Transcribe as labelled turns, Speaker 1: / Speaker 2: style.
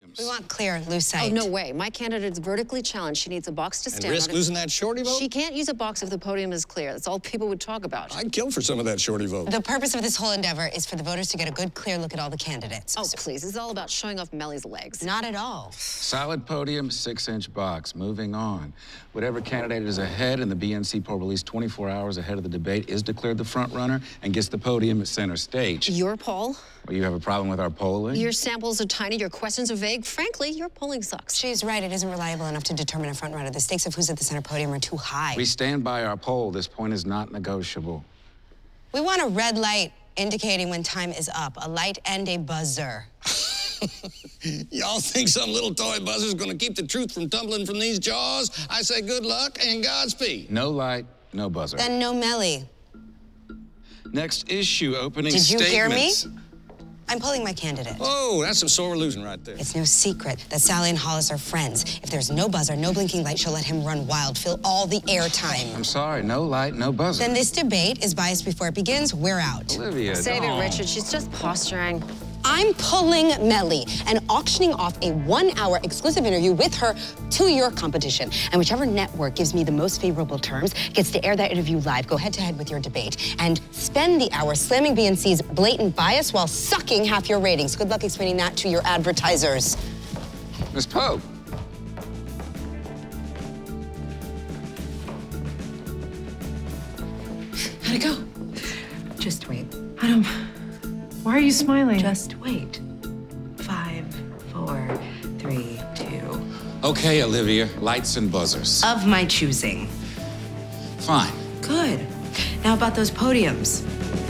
Speaker 1: Williams.
Speaker 2: We want clear, lucite.
Speaker 3: Oh, no way. My candidate's vertically challenged. She needs a box to
Speaker 1: and
Speaker 3: stand
Speaker 1: risk
Speaker 3: on.
Speaker 1: losing that shorty vote?
Speaker 3: She can't use a box if the podium is clear. That's all people would talk about.
Speaker 1: I'd kill for some of that shorty vote.
Speaker 2: The purpose of this whole endeavor is for the voters to get a good, clear look at all the candidates.
Speaker 3: Oh, please. This is all about showing off Melly's legs.
Speaker 2: Not at all.
Speaker 4: Solid podium, six inch box. Moving on. Whatever candidate is ahead and the BNC poll released 24 hours ahead of the debate is declared the front runner and gets the podium at center stage.
Speaker 3: Your poll,
Speaker 4: Well, you have a problem with our polling?
Speaker 3: your samples are tiny, your questions are vague. Frankly, your polling sucks.
Speaker 2: She's right. It isn't reliable enough to determine a front runner. The stakes of who's at the center podium are too high.
Speaker 4: we stand by our poll. This point is not negotiable.
Speaker 2: We want a red light indicating when time is up, a light and a buzzer.
Speaker 1: Y'all think some little toy buzzer's gonna keep the truth from tumbling from these jaws? I say good luck and Godspeed.
Speaker 4: No light, no buzzer.
Speaker 2: Then no Melly.
Speaker 4: Next issue opening
Speaker 2: Did you hear me?
Speaker 4: statements.
Speaker 2: I'm pulling my candidate.
Speaker 1: Oh, that's some sore losing right there.
Speaker 2: It's no secret that Sally and Hollis are friends. If there's no buzzer, no blinking light, she'll let him run wild, fill all the airtime.
Speaker 4: I'm sorry, no light, no buzzer.
Speaker 2: Then this debate is biased before it begins. We're out.
Speaker 4: Olivia,
Speaker 3: Save
Speaker 4: don't.
Speaker 3: it, Richard. She's just posturing.
Speaker 2: I'm pulling Melly and auctioning off a one hour exclusive interview with her to your competition. And whichever network gives me the most favorable terms gets to air that interview live, go head to head with your debate, and spend the hour slamming BNC's blatant bias while sucking half your ratings. Good luck explaining that to your advertisers.
Speaker 4: Miss Pope.
Speaker 5: How'd it go?
Speaker 6: Just wait.
Speaker 5: Adam, why are you smiling?
Speaker 6: Just wait. Five, four, three, two.
Speaker 4: Okay, Olivia, lights and buzzers.
Speaker 6: Of my choosing.
Speaker 4: Fine.
Speaker 6: Good. Now about those podiums.